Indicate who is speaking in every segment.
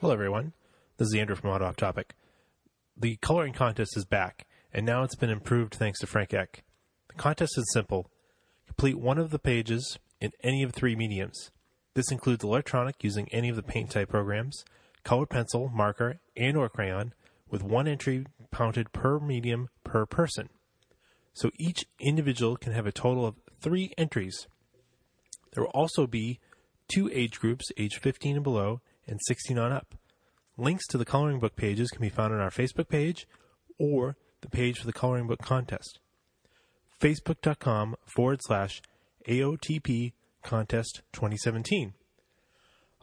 Speaker 1: Hello, everyone. This is Andrew from Auto Off Topic. The coloring contest is back, and now it's been improved thanks to Frank Eck. The contest is simple complete one of the pages in any of three mediums. This includes electronic using any of the paint type programs, colored pencil, marker, and or crayon, with one entry counted per medium per person. So each individual can have a total of three entries. There will also be two age groups, age 15 and below, and 16 on up. Links to the coloring book pages can be found on our Facebook page or the page for the coloring book contest. Facebook.com forward slash AOTP contest 2017.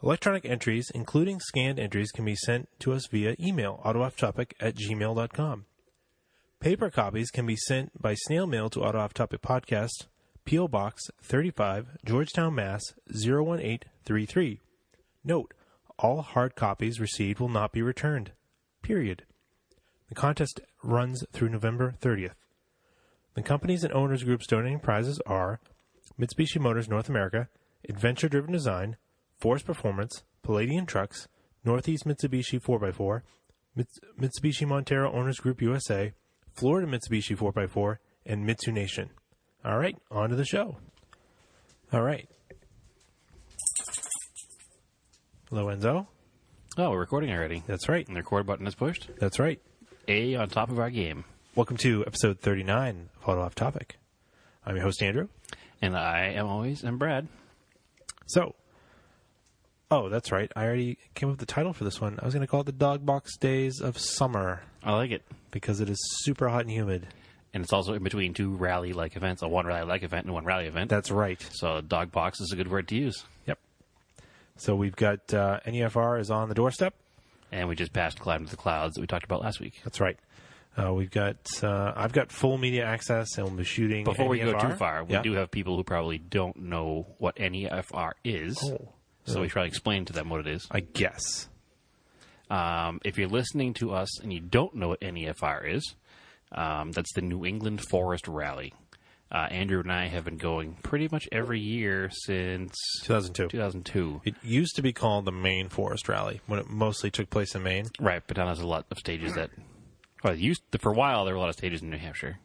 Speaker 1: Electronic entries, including scanned entries, can be sent to us via email, autoofftopic at gmail.com. Paper copies can be sent by snail mail to Auto Off Topic Podcast, P.O. Box 35, Georgetown, Mass. 01833. Note, all hard copies received will not be returned. Period. The contest runs through November 30th. The companies and owners groups donating prizes are Mitsubishi Motors North America, Adventure Driven Design, Force Performance, Palladium Trucks, Northeast Mitsubishi 4x4, Mits- Mitsubishi Montero Owners Group USA, Florida Mitsubishi 4x4, and Mitsu Nation. All right, on to the show. All right. Hello, Enzo.
Speaker 2: Oh, we're recording already.
Speaker 1: That's right.
Speaker 2: And the record button is pushed.
Speaker 1: That's right.
Speaker 2: A on top of our game.
Speaker 1: Welcome to episode 39 of Auto Off Topic. I'm your host, Andrew.
Speaker 2: And I am always am Brad.
Speaker 1: So, oh, that's right. I already came up with the title for this one. I was going to call it the Dog Box Days of Summer
Speaker 2: I like it.
Speaker 1: because it is super hot and humid.
Speaker 2: And it's also in between two rally like events, a one rally like event and one rally event.
Speaker 1: That's right.
Speaker 2: so dog box is a good word to use.
Speaker 1: Yep. So we've got uh, NEFR is on the doorstep.
Speaker 2: And we just passed Climb to the Clouds that we talked about last week.
Speaker 1: That's right. Uh, we've got uh, I've got full media access and we'll be shooting.
Speaker 2: Before we go
Speaker 1: NEFR.
Speaker 2: too far, we
Speaker 1: Yeah.
Speaker 2: do have people who probably don't know what NEFR is.
Speaker 1: Oh.
Speaker 2: So we try to explain to them what it is.
Speaker 1: I guess.
Speaker 2: Um, if you're listening to us and you don't know what NEFR is, um, that's the New England Forest Rally. Uh, Andrew and I have been going pretty much every year since
Speaker 1: 2002.
Speaker 2: 2002.
Speaker 1: It used to be called the Maine Forest Rally when it mostly took place in Maine.
Speaker 2: Right, but now there's a lot of stages that. Well, it used for a while there were a lot of stages in New Hampshire.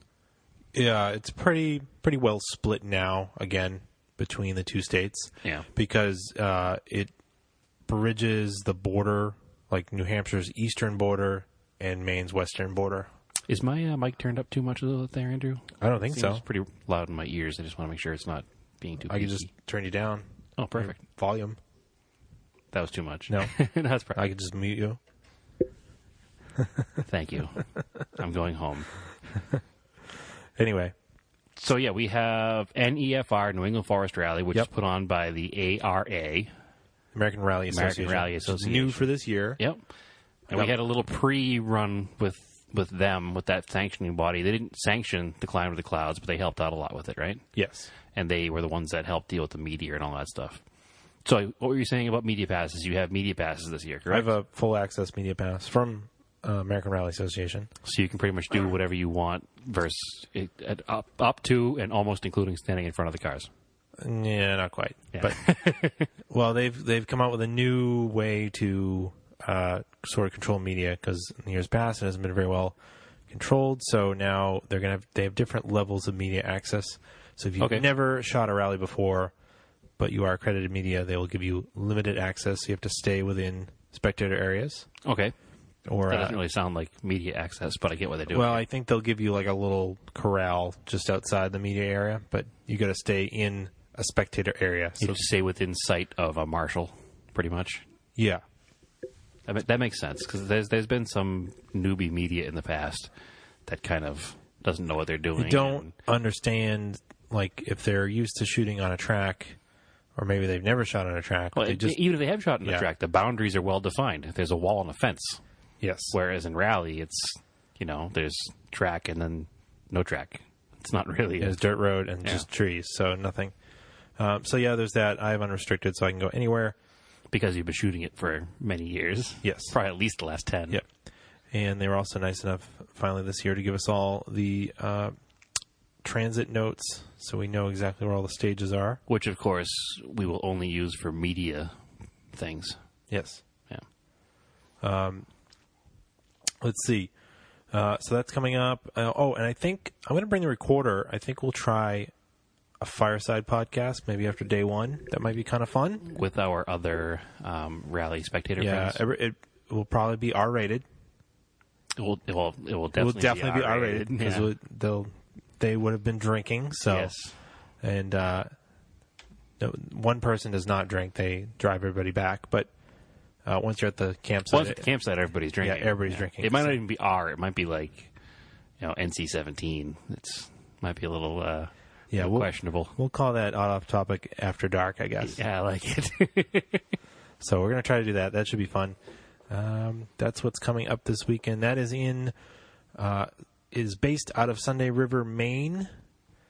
Speaker 1: Yeah, it's pretty pretty well split now again between the two states.
Speaker 2: Yeah.
Speaker 1: because uh, it bridges the border, like New Hampshire's eastern border and Maine's western border.
Speaker 2: Is my uh, mic turned up too much there, Andrew?
Speaker 1: I don't think
Speaker 2: Seems
Speaker 1: so.
Speaker 2: pretty loud in my ears. I just want to make sure it's not being too.
Speaker 1: I could
Speaker 2: peaky.
Speaker 1: just turn you down.
Speaker 2: oh, perfect.
Speaker 1: Volume.
Speaker 2: That was too much.
Speaker 1: No.
Speaker 2: that's perfect.
Speaker 1: I could just mute you.
Speaker 2: Thank you. I'm going home.
Speaker 1: Anyway,
Speaker 2: So yeah, we have NEFR New England Forest Rally, which
Speaker 1: Yep.
Speaker 2: is put on by the ARA.
Speaker 1: American Rally Association.
Speaker 2: Rally
Speaker 1: which is New
Speaker 2: Association.
Speaker 1: for this year.
Speaker 2: Yep. And we
Speaker 1: Yep.
Speaker 2: had a little pre-run with with them with that sanctioning body. They didn't sanction the climb to the clouds, but they helped out a lot with it, right?
Speaker 1: Yes.
Speaker 2: And they were the ones that helped deal with the meteor and all that stuff. So what were you saying about media passes? You have media passes this year,
Speaker 1: I
Speaker 2: correct?
Speaker 1: have a full access media pass from uh, American Rally Association.
Speaker 2: so you can pretty much do whatever you want, versus it, at, up up to and almost including standing in front of the cars.
Speaker 1: Yeah, not quite.
Speaker 2: Yeah.
Speaker 1: But well, they've they've come out with a new way to uh, sort of control media because in the years past it hasn't been very well controlled. So now they're gonna have, they have different levels of media access. So if you've
Speaker 2: Okay.
Speaker 1: never shot a rally before, but you are accredited media, they will give you limited access. You have to stay within spectator areas.
Speaker 2: Okay,
Speaker 1: Or
Speaker 2: that
Speaker 1: uh,
Speaker 2: doesn't really sound like media access, but I get what they do.
Speaker 1: well, I think they'll give you like a little corral just outside the media area, but you got to stay in a spectator area.
Speaker 2: You
Speaker 1: So
Speaker 2: just stay within sight of a marshal, pretty much.
Speaker 1: yeah.
Speaker 2: That, ma- that makes sense because there's there's been some newbie media in the past that kind of doesn't know what they're doing.
Speaker 1: don't understand like if they're used to shooting on a track or maybe they've never shot on a track
Speaker 2: Well,
Speaker 1: they
Speaker 2: it-
Speaker 1: just
Speaker 2: even if they have shot in the
Speaker 1: Yeah.
Speaker 2: track, the boundaries are well defined. There's a wall and a fence.
Speaker 1: yes
Speaker 2: Whereas in rally, it's you know there's track and then no track. It's not really.
Speaker 1: it's dirt road and just trees so nothing um, so yeah there's that i have unrestricted so i can go anywhere
Speaker 2: because you've been shooting it for many years.
Speaker 1: Yes.
Speaker 2: probably at least the last ten.
Speaker 1: yep and they were also nice enough finally this year to give us all the uh, transit notes so we know exactly where all the stages are
Speaker 2: Which of course we will only use for media things.
Speaker 1: yes
Speaker 2: Yeah.
Speaker 1: Let's see. Uh, so that's coming up. Uh, oh, and I think I'm going to bring the recorder. I think we'll try a fireside podcast maybe after day one. That might be kind of fun.
Speaker 2: with our other um, rally spectator
Speaker 1: Yeah,
Speaker 2: friends.
Speaker 1: every- it will probably be R rated.
Speaker 2: It will, it will, it will
Speaker 1: It
Speaker 2: definitely,
Speaker 1: will definitely be R rated
Speaker 2: R-rated.
Speaker 1: because
Speaker 2: Yeah.
Speaker 1: they'll they would have been drinking. So
Speaker 2: Yes.
Speaker 1: and uh, no, one person does not drink; they drive everybody back. But uh, once you're at the campsite,
Speaker 2: Once at the campsite, everybody's drinking.
Speaker 1: everybody's drinking,
Speaker 2: It might
Speaker 1: so-
Speaker 2: not even be R. It might be like, you know, NC seventeen. It's might be a little, uh,
Speaker 1: Yeah,
Speaker 2: little
Speaker 1: we'll-
Speaker 2: questionable.
Speaker 1: we'll call that off topic after dark, I guess.
Speaker 2: Yeah, I like it.
Speaker 1: So we're gonna try to do that. That should be fun. Um, that's what's coming up this weekend. That is in uh, is based out of Sunday River, Maine.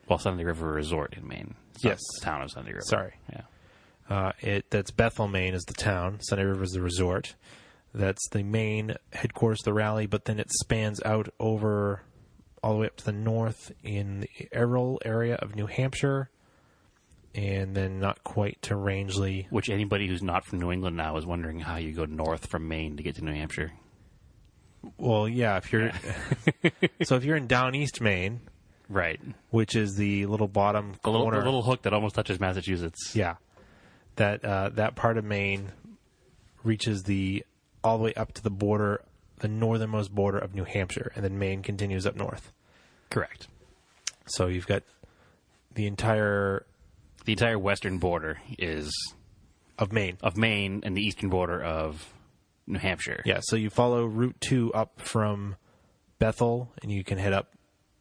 Speaker 2: well, Sunday River Resort in Maine. It's
Speaker 1: Yes.
Speaker 2: not the town of Sunday River.
Speaker 1: Sorry.
Speaker 2: Yeah.
Speaker 1: Uh, it that's Bethel, Maine is the town. Sunday River is the resort. That's the main headquarters of the rally, but then it spans out over all the way up to the north in the Errol area of New Hampshire, and then not quite to Rangeley.
Speaker 2: Which anybody who's not from New England now is wondering how you go north from Maine to get to New Hampshire.
Speaker 1: Well, yeah, if you're so if you're in down east Maine,
Speaker 2: Right.
Speaker 1: which is the little bottom
Speaker 2: The little,
Speaker 1: corner,
Speaker 2: the little hook that almost touches Massachusetts.
Speaker 1: yeah, that uh, that part of Maine reaches the all the way up to the border, the northernmost border of New Hampshire, and then Maine continues up north.
Speaker 2: Correct.
Speaker 1: So you've got the entire
Speaker 2: The entire western border is
Speaker 1: of Maine.
Speaker 2: of Maine and the eastern border of New Hampshire.
Speaker 1: Yeah, so you follow Route 2 up from Bethel and you can head up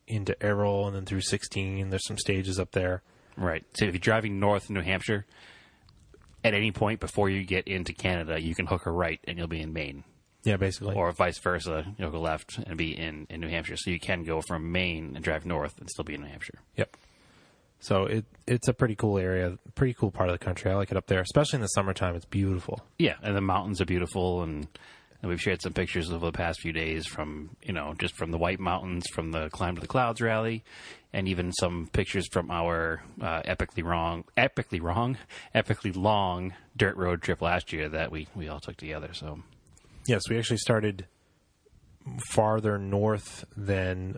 Speaker 1: into Errol and then through 16. There's some stages up there.
Speaker 2: Right. So if you're driving north in New Hampshire, at any point before you get into Canada, you can hook a right and you'll be in Maine.
Speaker 1: Yeah, basically.
Speaker 2: Or vice versa, you'll go left and be in, in New Hampshire. So you can go from Maine and drive north and still be in New Hampshire.
Speaker 1: Yep. So it it's a pretty cool area, pretty cool part of the country. I like it up there, especially in the summertime. It's beautiful.
Speaker 2: Yeah, and the mountains are beautiful, and, and we've shared some pictures over the past few days from you know just from the White Mountains, from the Climb to the Clouds rally, and even some pictures from our uh, epically wrong, epically wrong, epically long dirt road trip last year that we we all took together. So
Speaker 1: Yes, we actually started farther north than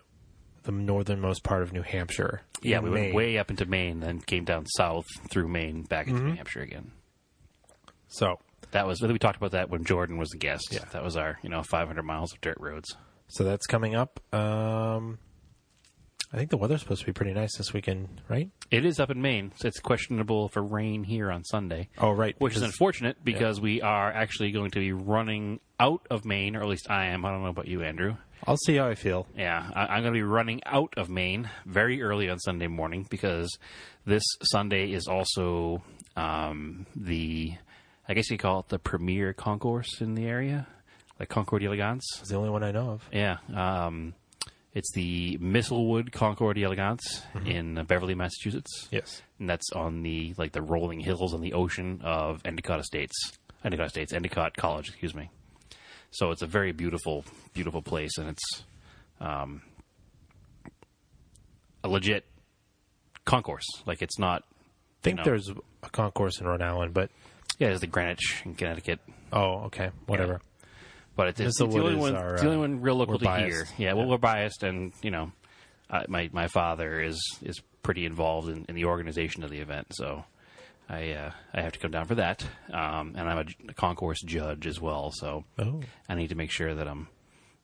Speaker 1: the northernmost part of New Hampshire.
Speaker 2: yeah,
Speaker 1: in
Speaker 2: we went
Speaker 1: Maine.
Speaker 2: way up into Maine, then came down south through Maine back into
Speaker 1: Mm-hmm.
Speaker 2: New Hampshire again.
Speaker 1: So
Speaker 2: That was we talked about that when Jordan was the guest.
Speaker 1: Yeah.
Speaker 2: that was our you know 500 miles of dirt roads.
Speaker 1: so that's coming up. Um, I think the weather's supposed to be pretty nice this weekend, right?
Speaker 2: It is up in Maine, so it's questionable for rain here on Sunday.
Speaker 1: Oh, right,
Speaker 2: Which is
Speaker 1: because-
Speaker 2: unfortunate because we are actually going to be running out of Maine, or at least I am. I don't know about you, Andrew.
Speaker 1: I'll see how I feel.
Speaker 2: Yeah, I, I'm going to be running out of Maine very early on Sunday morning because this Sunday is also um, the, I guess you call it the premier concourse in the area, like Concours d'Elegance.
Speaker 1: It's the only one I know of.
Speaker 2: Yeah. Um, it's the Mistlewood Concours d'Elegance in Beverly, Massachusetts
Speaker 1: Yes.
Speaker 2: and that's on the like the rolling hills on the ocean of Endicott Estates, Endicott Estates, Endicott College, excuse me. So it's a very beautiful, beautiful place, and it's um, a legit concourse. Like it's not,
Speaker 1: I think
Speaker 2: know.
Speaker 1: there's a concourse in Rhode Island, but
Speaker 2: yeah, there's the Greenwich in Connecticut,
Speaker 1: oh, okay, whatever.
Speaker 2: but it's, it's,
Speaker 1: Mr.
Speaker 2: it's the
Speaker 1: Wood
Speaker 2: only
Speaker 1: is
Speaker 2: one,
Speaker 1: our,
Speaker 2: it's the only
Speaker 1: uh,
Speaker 2: one real local
Speaker 1: we're
Speaker 2: to
Speaker 1: biased.
Speaker 2: hear. Yeah, well, we're biased, and you know, I, my my father is is pretty involved in, in the organization of the event, so I uh, I have to come down for that, um, and I'm a, j- a concourse judge as well, so
Speaker 1: Oh,
Speaker 2: I need to make sure that I'm,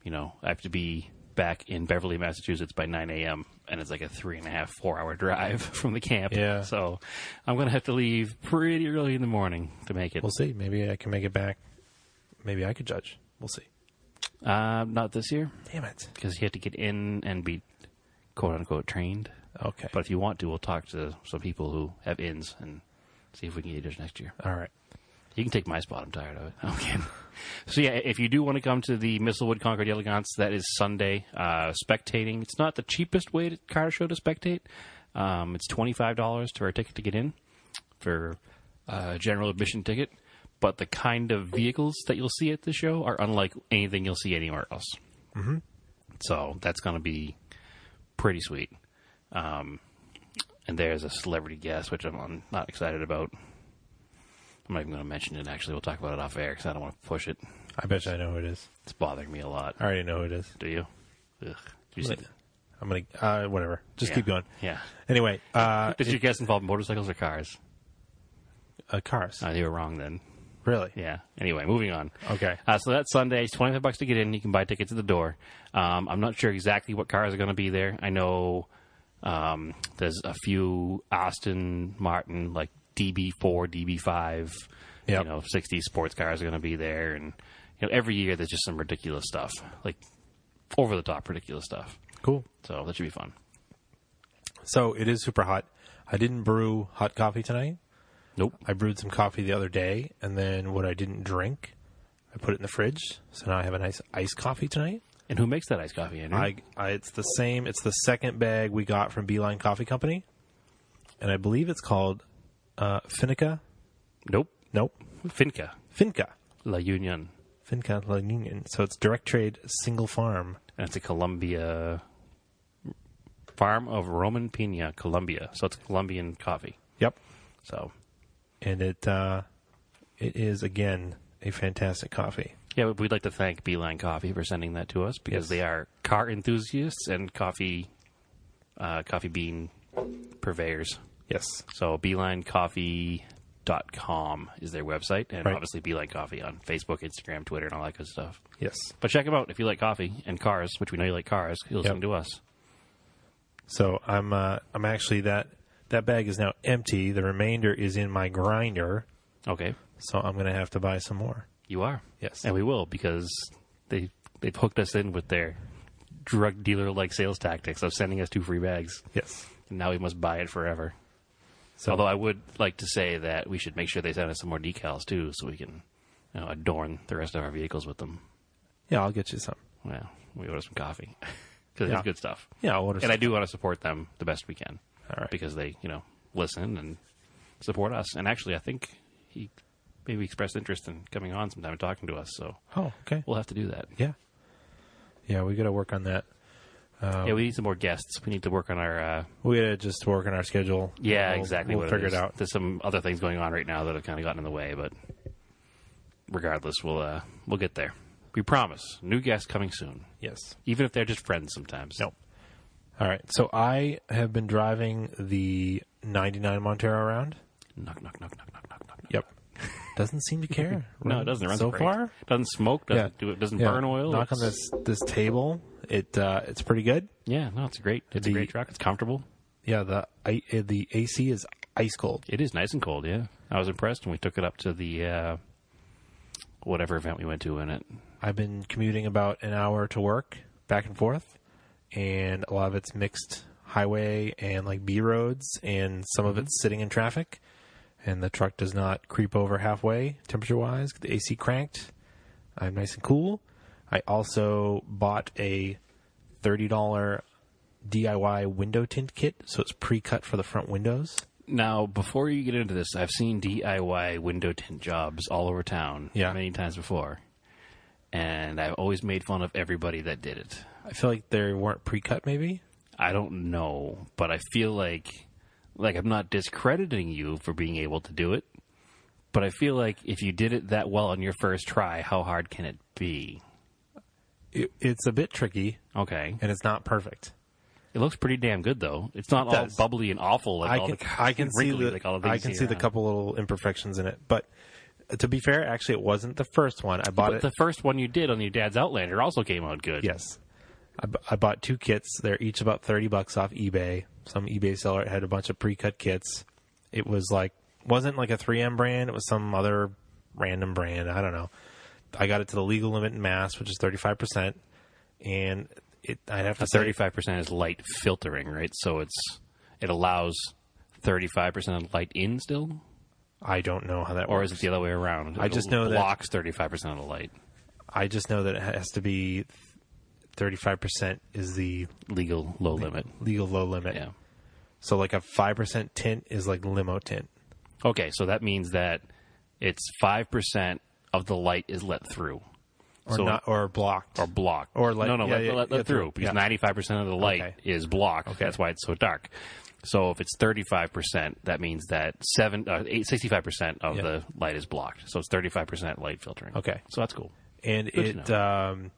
Speaker 2: you know, I have to be back in Beverly, Massachusetts by 9 a.m. and it's like a three and a half, four hour drive from the camp.
Speaker 1: Yeah.
Speaker 2: So I'm gonna have to leave pretty early in the morning to make it.
Speaker 1: we'll see. Maybe I can make it back. Maybe I could judge. We'll see.
Speaker 2: Uh, not this year.
Speaker 1: Damn it.
Speaker 2: because you have to get in and be quote unquote trained.
Speaker 1: Okay.
Speaker 2: But if you want to, we'll talk to some people who have ins and see if we can get yours next year.
Speaker 1: All right.
Speaker 2: You can take my spot. I'm tired of it. Okay. so yeah, if you do want to come to the Mistlewood Concord Elegance, that is Sunday. Uh, spectating. It's not the cheapest way to car show to spectate. Um, it's twenty five dollars to our ticket to get in for a general admission ticket. But the kind of vehicles that you'll see at the show are unlike anything you'll see anywhere else. Mm-hmm. So that's going to be pretty sweet. Um, and there's a celebrity guest, which I'm, I'm not excited about. I'm not even going to mention it. Actually, we'll talk about it off air because I don't want to push it.
Speaker 1: I bet you I know who it is.
Speaker 2: It's bothering me a lot.
Speaker 1: I already know who it is.
Speaker 2: Do you? Ugh. Did you see that?
Speaker 1: I'm gonna uh, whatever. Just
Speaker 2: Yeah.
Speaker 1: keep going.
Speaker 2: Yeah.
Speaker 1: Anyway, uh,
Speaker 2: Did your guess involve motorcycles or cars?
Speaker 1: uh, cars.
Speaker 2: Uh, you were wrong then.
Speaker 1: really?
Speaker 2: Yeah. Anyway, moving on.
Speaker 1: Okay.
Speaker 2: Uh, so that's Sunday. It's twenty five bucks to get in. You can buy tickets at the door. Um, I'm not sure exactly what cars are going to be there. I know um, there's a few Austin Martin like DB4, DB5,
Speaker 1: Yep.
Speaker 2: you know, 60 sports cars are going to be there, and you know, every year there's just some ridiculous stuff, like over the top ridiculous stuff.
Speaker 1: Cool.
Speaker 2: So that should be fun.
Speaker 1: So it is super hot. I didn't brew hot coffee tonight.
Speaker 2: Nope.
Speaker 1: I brewed some coffee the other day, and then what I didn't drink, I put it in the fridge. So now I have a nice iced coffee tonight.
Speaker 2: And who makes that iced coffee, Andrew?
Speaker 1: I, I it's the same. It's the second bag we got from Beeline Coffee Company, and I believe it's called uh, Finca.
Speaker 2: nope.
Speaker 1: Nope,
Speaker 2: Finca
Speaker 1: Finca.
Speaker 2: La Union.
Speaker 1: Finca La Union. So it's direct trade, single farm.
Speaker 2: And it's a Colombia farm of Roman Pina, Colombia. So it's Colombian coffee.
Speaker 1: Yep.
Speaker 2: So
Speaker 1: and it uh, it is again a fantastic coffee.
Speaker 2: yeah, we'd like to thank Beeline Coffee for sending that to us because
Speaker 1: Yes.
Speaker 2: they are car enthusiasts and coffee, uh, coffee bean purveyors.
Speaker 1: Yes,
Speaker 2: So beelinecoffee.com is their website, and
Speaker 1: Right.
Speaker 2: obviously Beeline Coffee on Facebook, Instagram, Twitter, and all that good stuff.
Speaker 1: yes.
Speaker 2: But check them out if you like coffee and cars, which we know you like cars. You listen
Speaker 1: Yep.
Speaker 2: to us.
Speaker 1: So I'm uh, I'm actually that that bag is now empty. The remainder is in my grinder,
Speaker 2: Okay,
Speaker 1: so I'm gonna have to buy some more.
Speaker 2: you are.
Speaker 1: Yes,
Speaker 2: and we will because they they've hooked us in with their drug dealer like sales tactics of sending us two free bags,
Speaker 1: yes.
Speaker 2: and now we must buy it forever.
Speaker 1: So-
Speaker 2: Although I would like to say that we should make sure they send us some more decals too, so we can you know, adorn the rest of our vehicles with them.
Speaker 1: Yeah, I'll get you some.
Speaker 2: Well, we order some coffee because
Speaker 1: Yeah.
Speaker 2: it's good stuff,
Speaker 1: Yeah, I'll order.
Speaker 2: and
Speaker 1: Some.
Speaker 2: I do want to support them the best we can
Speaker 1: All right.
Speaker 2: because they you know listen and support us. And actually, I think he maybe expressed interest in coming on sometime and talking to us, so
Speaker 1: Oh, okay.
Speaker 2: we'll have to do that.
Speaker 1: Yeah, yeah. We gotta work on that. Oh.
Speaker 2: Yeah, we need some more guests. We need to work on our. Uh,
Speaker 1: We gotta just work on our schedule.
Speaker 2: yeah,
Speaker 1: We'll-
Speaker 2: exactly.
Speaker 1: We'll
Speaker 2: what
Speaker 1: figure
Speaker 2: is.
Speaker 1: it out.
Speaker 2: There's some other things going on right now that have kind of gotten in the way, but regardless, we'll uh, we'll get there. We promise. New guests coming soon,
Speaker 1: Yes.
Speaker 2: even if they're just friends. Sometimes.
Speaker 1: Nope. All right. So I have been driving the 99 Montero around.
Speaker 2: Knock knock knock knock knock knock knock. knock.
Speaker 1: Yep. Doesn't seem to care.
Speaker 2: No, it doesn't run
Speaker 1: so
Speaker 2: great.
Speaker 1: far.
Speaker 2: Doesn't smoke. Doesn't
Speaker 1: Yeah.
Speaker 2: do it. Doesn't
Speaker 1: Yeah.
Speaker 2: burn oil.
Speaker 1: Knock on
Speaker 2: It's-
Speaker 1: this this table. It uh, it's pretty good.
Speaker 2: Yeah, no, it's great. It's
Speaker 1: The-
Speaker 2: a great truck. It's comfortable.
Speaker 1: Yeah, the I, uh, the AC is ice cold.
Speaker 2: It is nice and cold. Yeah, I was impressed when we took it up to the uh, whatever event we went to in it.
Speaker 1: I've been commuting about an hour to work back and forth, and a lot of it's mixed highway and like B roads, and some of it's sitting in traffic. And the truck does not creep over halfway temperature wise. The AC cranked. I'm nice and cool. I also bought a thirty dollar DIY window tint kit, so it's pre cut for the front windows.
Speaker 2: Now, before you get into this, I've seen DIY window tint jobs all over town
Speaker 1: Yeah.
Speaker 2: many times before. And I've always made fun of everybody that did it.
Speaker 1: I feel like they weren't pre cut, maybe.
Speaker 2: I don't know, but I feel like like I'm not discrediting you for being able to do it, but I feel like if you did it that well on your first try, how hard can it be?
Speaker 1: It, it's a bit tricky,
Speaker 2: Okay.
Speaker 1: and it's not perfect.
Speaker 2: It looks pretty damn good though. It's not all
Speaker 1: does.
Speaker 2: bubbly and awful like
Speaker 1: I
Speaker 2: all
Speaker 1: can,
Speaker 2: the
Speaker 1: I can see
Speaker 2: wrinkly,
Speaker 1: the,
Speaker 2: like all the
Speaker 1: I
Speaker 2: things
Speaker 1: can
Speaker 2: you
Speaker 1: see the
Speaker 2: have.
Speaker 1: couple little imperfections in it, but uh, to be fair, actually, it wasn't the first one. I bought
Speaker 2: But
Speaker 1: it.
Speaker 2: the first one you did on your dad's Outlander also came out good.
Speaker 1: yes, I, bu- I bought two kits. They're each about thirty bucks off eBay. Some eBay seller had a bunch of pre-cut kits. It was like wasn't like a 3M brand. It was some other random brand. I don't know. I got it to the legal limit in Mass, which is thirty five percent, and it. I'd have to say-
Speaker 2: thirty-five percent is light filtering, right? So it's it allows thirty-five percent of light in still,
Speaker 1: I don't know how that
Speaker 2: or
Speaker 1: works.
Speaker 2: is it the other way around?
Speaker 1: I just know that-
Speaker 2: blocks thirty-five percent of the light
Speaker 1: I just know that it has to be 35% is the
Speaker 2: legal low limit.
Speaker 1: legal low limit.
Speaker 2: Yeah.
Speaker 1: So like a 5% tint is like limo tint.
Speaker 2: Okay, so that means that it's five percent of the light is let through.
Speaker 1: or
Speaker 2: So-
Speaker 1: not or blocked.
Speaker 2: or block
Speaker 1: Or let-
Speaker 2: no no
Speaker 1: yeah,
Speaker 2: let,
Speaker 1: yeah,
Speaker 2: let,
Speaker 1: yeah,
Speaker 2: let through
Speaker 1: through.
Speaker 2: because
Speaker 1: Yeah.
Speaker 2: ninety five percent of the light
Speaker 1: Okay.
Speaker 2: is blocked.
Speaker 1: Okay.
Speaker 2: That's why it's so dark. So if it's thirty five percent, that means that seven sixty five percent of
Speaker 1: Yeah.
Speaker 2: the light is blocked. So it's thirty five percent light filtering.
Speaker 1: Okay.
Speaker 2: so that's cool.
Speaker 1: and
Speaker 2: Good to
Speaker 1: it um,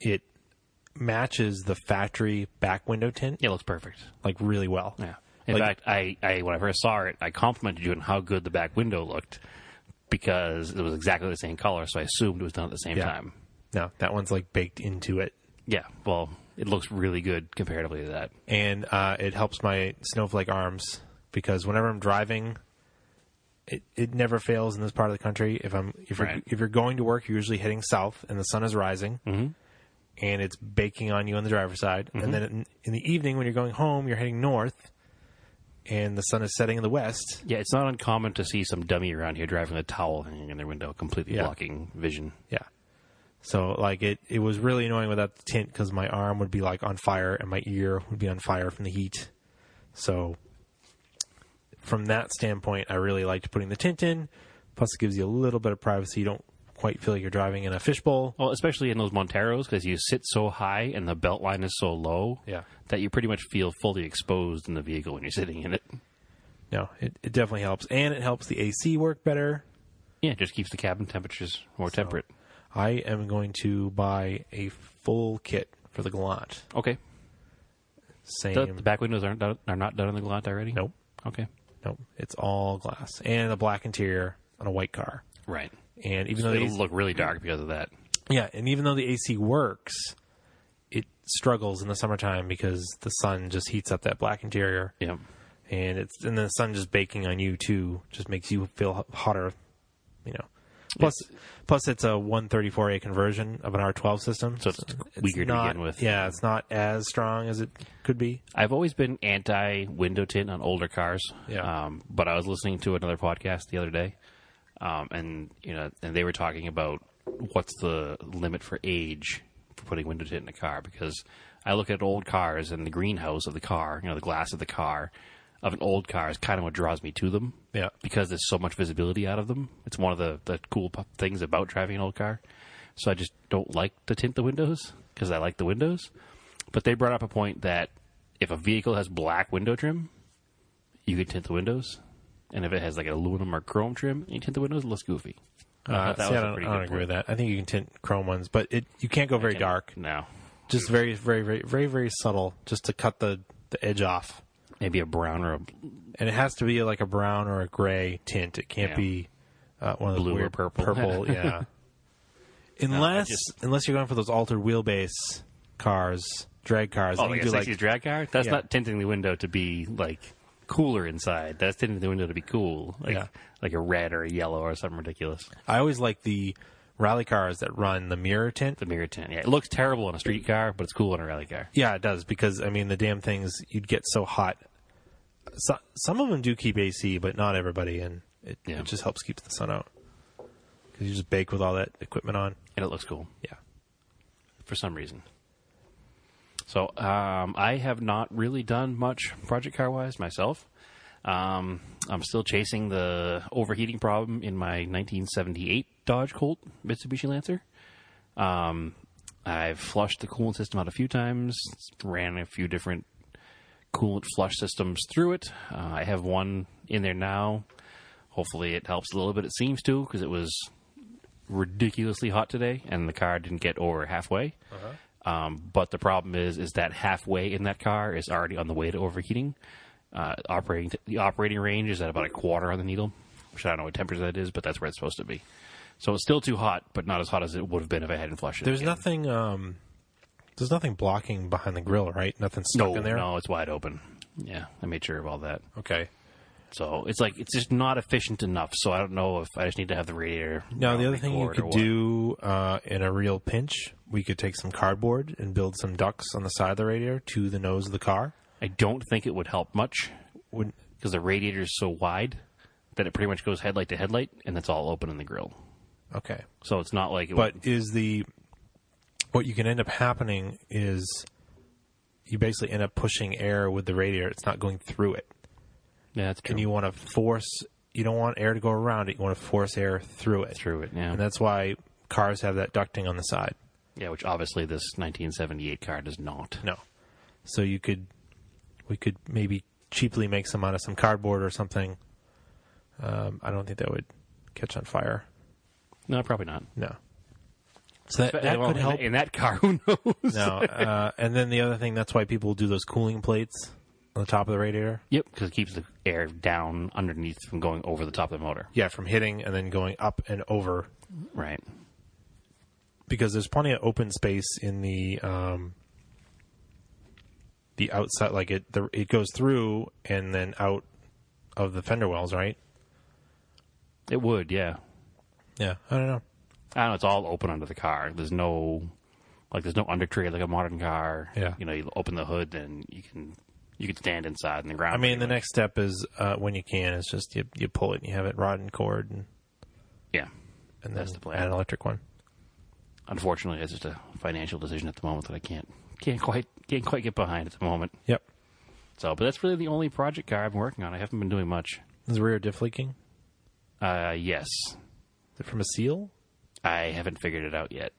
Speaker 1: it matches the factory back window tint
Speaker 2: It looks perfect.
Speaker 1: like really well.
Speaker 2: Yeah. In
Speaker 1: Like-
Speaker 2: fact, I, I when I first saw it, I complimented you on how good the back window looked because it was exactly the same color. So I assumed it was done at the same
Speaker 1: Yeah.
Speaker 2: time.
Speaker 1: No, that one's like baked into it,
Speaker 2: Yeah. Well, it looks really good comparatively to that.
Speaker 1: and uh, it helps my snowflake arms because whenever I'm driving, it it never fails in this part of the country. If I'm if you're
Speaker 2: Right.
Speaker 1: if you're going to work, you're usually heading south, and the sun is rising, and it's baking on you on the driver's side. And then in, in the evening, when you're going home, you're heading north, and the sun is setting in the west.
Speaker 2: Yeah, it's not uncommon to see some dummy around here driving a towel hanging in their window, completely
Speaker 1: Yeah.
Speaker 2: blocking vision.
Speaker 1: Yeah. So like it, it was really annoying without the tint because my arm would be like on fire and my ear would be on fire from the heat. So from that standpoint, I really liked putting the tint in. Plus, it gives you a little bit of privacy. You don't quite feel like you're driving in a fishbowl.
Speaker 2: Well, especially in those Monteros, because you sit so high and the belt line is so low
Speaker 1: Yeah.
Speaker 2: that you pretty much feel fully exposed in the vehicle when you're sitting in it.
Speaker 1: No, it, it definitely helps, and it helps the AC work better.
Speaker 2: Yeah, it just keeps the cabin temperatures more temperate.
Speaker 1: I am going to buy a full kit for the Galant.
Speaker 2: Okay.
Speaker 1: Same.
Speaker 2: The, the back windows aren't done, are not done in the Galant already?
Speaker 1: nope,
Speaker 2: Okay.
Speaker 1: nope. It's all glass and a black interior on a white car.
Speaker 2: Right.
Speaker 1: And even though
Speaker 2: It'll
Speaker 1: these-
Speaker 2: look really dark because of that.
Speaker 1: Yeah, and even though the AC works, it struggles in the summertime because the sun just heats up that black interior,
Speaker 2: Yeah.
Speaker 1: and it's and the sun just baking on you too just makes you feel h- hotter, you know. Plus, plus it's a 134A conversion of an R12 system,
Speaker 2: So it's weaker to
Speaker 1: not-
Speaker 2: begin with.
Speaker 1: Yeah, it's not as strong as it could be.
Speaker 2: I've always been anti window tint on older cars.
Speaker 1: Yeah.
Speaker 2: Um, but I was listening to another podcast the other day, um, and you know, and they were talking about what's the limit for age for putting window tint in a car because I look at old cars and the greenhouse of the car, you know, the glass of the car of an old car is kind of what draws me to them.
Speaker 1: Yeah.
Speaker 2: Because there's so much visibility out of them. It's one of the, the cool p- things about driving an old car. So I just don't like to tint the windows because I like the windows. But they brought up a point that if a vehicle has black window trim, you can tint the windows. And if it has like an aluminum or chrome trim, you tint the windows, it looks goofy. I
Speaker 1: Uh,
Speaker 2: thought that
Speaker 1: see,
Speaker 2: was
Speaker 1: I
Speaker 2: a
Speaker 1: don't,
Speaker 2: pretty
Speaker 1: I don't
Speaker 2: good
Speaker 1: agree
Speaker 2: point.
Speaker 1: with that. I think you can tint chrome ones, but it you can't go very dark.
Speaker 2: No.
Speaker 1: Just very, very, very, very, very subtle, just to cut the the edge off.
Speaker 2: Maybe a brown or a
Speaker 1: and it has to be like a brown or a gray tint. It can't
Speaker 2: Yeah.
Speaker 1: be uh, one of those
Speaker 2: Blue or
Speaker 1: weird
Speaker 2: purple.
Speaker 1: Purple, yeah. unless
Speaker 2: No, I just-
Speaker 1: unless you're going for those altered wheelbase cars, drag cars,
Speaker 2: oh,
Speaker 1: then
Speaker 2: like
Speaker 1: you
Speaker 2: a
Speaker 1: do
Speaker 2: sixties
Speaker 1: like
Speaker 2: drag car. That's
Speaker 1: Yeah.
Speaker 2: not tinting the window to be like cooler inside. That's tinting the window to be cool, like
Speaker 1: Yeah.
Speaker 2: like a red or a yellow or something ridiculous.
Speaker 1: I always like the rally cars that run the mirror tint.
Speaker 2: The mirror tint. Yeah, it looks terrible on a street car, but it's cool on a rally car.
Speaker 1: Yeah, it does because I mean the damn things you'd get so hot. So, some of them do keep AC, but not everybody, and it,
Speaker 2: Yeah.
Speaker 1: it just helps keep the sun out because you just bake with all that equipment on.
Speaker 2: And it looks cool
Speaker 1: Yeah.
Speaker 2: for some reason. So um, I have not really done much project car wise myself. Um, I'm still chasing the overheating problem in my 1978 Dodge Colt Mitsubishi Lancer. Um, I've flushed the coolant system out a few times, ran a few different coolant flush systems through it. Uh, I have one in there now. Hopefully, it helps a little bit. It seems to because it was ridiculously hot today, and the car didn't get over halfway. Um, but the problem is, is that halfway in that car is already on the way to overheating. Uh, operating the operating range is at about a quarter on the needle, which I don't know what temperature that is, but that's where it's supposed to be. So it's still too hot, but not as hot as it would have been if I hadn't flushed it.
Speaker 1: There's
Speaker 2: again.
Speaker 1: nothing. Um, there's nothing blocking behind the grill, right? Nothing stuck
Speaker 2: no,
Speaker 1: in there.
Speaker 2: no, it's wide open. Yeah, I made sure of all that.
Speaker 1: Okay.
Speaker 2: So it's like it's just not efficient enough. So I don't know if I just need to have the radiator.
Speaker 1: Now
Speaker 2: you
Speaker 1: the
Speaker 2: know,
Speaker 1: other thing you
Speaker 2: record or
Speaker 1: could
Speaker 2: what.
Speaker 1: do uh, in a real pinch, we could take some cardboard and build some ducts on the side of the radiator to the nose of the car.
Speaker 2: I don't think it would help much
Speaker 1: Would
Speaker 2: because the radiator is so wide that it pretty much goes headlight to headlight, and it's all open in the grill.
Speaker 1: okay.
Speaker 2: So it's not like it
Speaker 1: But is the what you can end up happening is you basically end up pushing air with the radiator. It's not going through it,
Speaker 2: would, yeah, it's true.
Speaker 1: and you want to force. You don't want air to go around it. You want to force air through it.
Speaker 2: through it, yeah.
Speaker 1: And that's why cars have that ducting on the side.
Speaker 2: Yeah, which obviously this 1978 car does not.
Speaker 1: No. So you could, we could maybe cheaply make some out of some cardboard or something. Um, I don't think that would catch on fire.
Speaker 2: No, probably not.
Speaker 1: No. So that,
Speaker 2: But
Speaker 1: that
Speaker 2: well,
Speaker 1: could
Speaker 2: in-
Speaker 1: help.
Speaker 2: in that car. Who knows?
Speaker 1: No. Uh, and then the other thing, that's why people do those cooling plates on the top of the radiator.
Speaker 2: Yep, because it keeps the air down underneath from going over the top of the motor.
Speaker 1: Yeah, from hitting and then going up and over
Speaker 2: Right.
Speaker 1: because there's plenty of open space in the um, the outside. Like it, the, it goes through and then out of the fender wells, right?
Speaker 2: It would, yeah.
Speaker 1: Yeah, I don't know.
Speaker 2: I don't know. It's all open under the car. There's no, like, there's no undercarriage like a modern car.
Speaker 1: Yeah.
Speaker 2: You know, you open the hood and you can you can stand inside in the ground.
Speaker 1: I mean, the
Speaker 2: pretty much.
Speaker 1: next step is uh, when you can. It's just you, you pull it and you have it rod and cord, and,
Speaker 2: yeah.
Speaker 1: and
Speaker 2: That's
Speaker 1: then
Speaker 2: the plan.
Speaker 1: add an electric one.
Speaker 2: Unfortunately, it's just a financial decision at the moment that I can't can't quite can't quite get behind at the moment.
Speaker 1: Yep.
Speaker 2: So, but that's really the only project car I've been working on. I haven't been doing much.
Speaker 1: Is the rear diff leaking?
Speaker 2: Uh, yes,
Speaker 1: Is it from a seal?
Speaker 2: I haven't figured it out yet.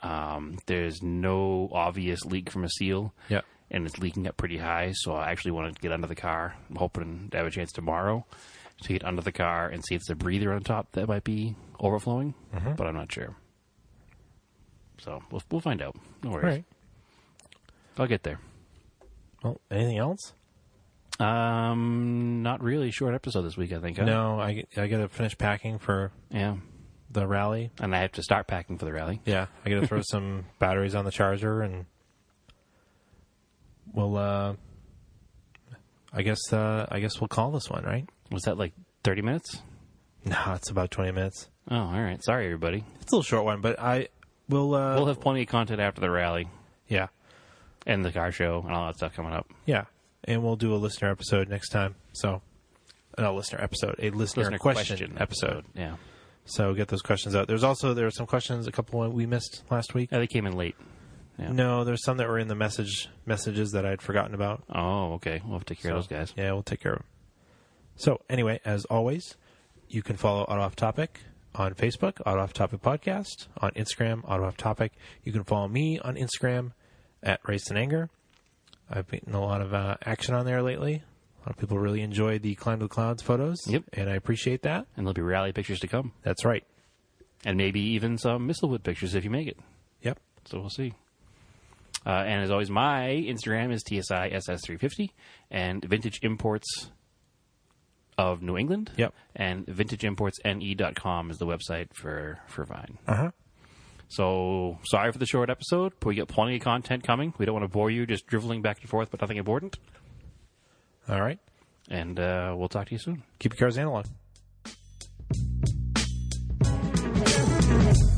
Speaker 2: Um, there's no obvious leak from a seal.
Speaker 1: Yeah.
Speaker 2: and it's leaking up pretty high. So I actually wanted to get under the car. I'm hoping to have a chance tomorrow to get under the car and see if it's a breather on top that might be overflowing,
Speaker 1: Mm-hmm.
Speaker 2: but I'm not sure. So we'll, we'll find out. No worries.
Speaker 1: All right.
Speaker 2: I'll get there.
Speaker 1: Well, anything else?
Speaker 2: Um, not really short episode this week, I think. huh?
Speaker 1: No, I, I got to finish packing for
Speaker 2: Yeah.
Speaker 1: the rally.
Speaker 2: And I have to start packing for the rally.
Speaker 1: Yeah, I got to throw some batteries on the charger, and we'll. Uh, I guess uh, I guess we'll call this one right.
Speaker 2: Was that like 30 minutes?
Speaker 1: Nah, it's about twenty minutes.
Speaker 2: Oh, all right. Sorry, everybody.
Speaker 1: It's a little short one, but I will. Uh,
Speaker 2: We'll have plenty of content after the rally
Speaker 1: yeah,
Speaker 2: and the car show and all that stuff coming up.
Speaker 1: yeah, and we'll do a listener episode next time. So, not a listener episode, a listener, question, episode.
Speaker 2: Yeah.
Speaker 1: So get those questions out. There's also there are some questions, a couple we missed last week.
Speaker 2: Oh, they came in late. Yeah.
Speaker 1: No, there's some that were in the message messages that I'd forgotten about.
Speaker 2: Oh, okay. We'll have to take care of those guys.
Speaker 1: Yeah, we'll take care of them. So, anyway, as always, you can follow Out Off Topic on Facebook, Out Off Topic Podcast, on Instagram, Out Off Topic. You can follow me on Instagram at Race and Anger. I've gotten a lot of uh, action on there lately. A lot of people really enjoy the Climb to the Clouds photos.
Speaker 2: Yep.
Speaker 1: And I appreciate that.
Speaker 2: And there'll be rally pictures to come.
Speaker 1: That's right.
Speaker 2: And maybe even some Mistlewood pictures if you make it.
Speaker 1: Yep.
Speaker 2: So we'll see. Uh, and as always, my Instagram is TSISS350 and Vintage Imports of New England.
Speaker 1: Yep.
Speaker 2: And vintageimportsne.com is the website for, for Vine.
Speaker 1: Uh huh.
Speaker 2: So sorry for the short episode, but we got plenty of content coming. We don't want to bore you just driveling back and forth, but nothing important.
Speaker 1: All right.
Speaker 2: And uh, we'll talk to you soon.
Speaker 1: Keep your cars analog.
Speaker 3: Thank you.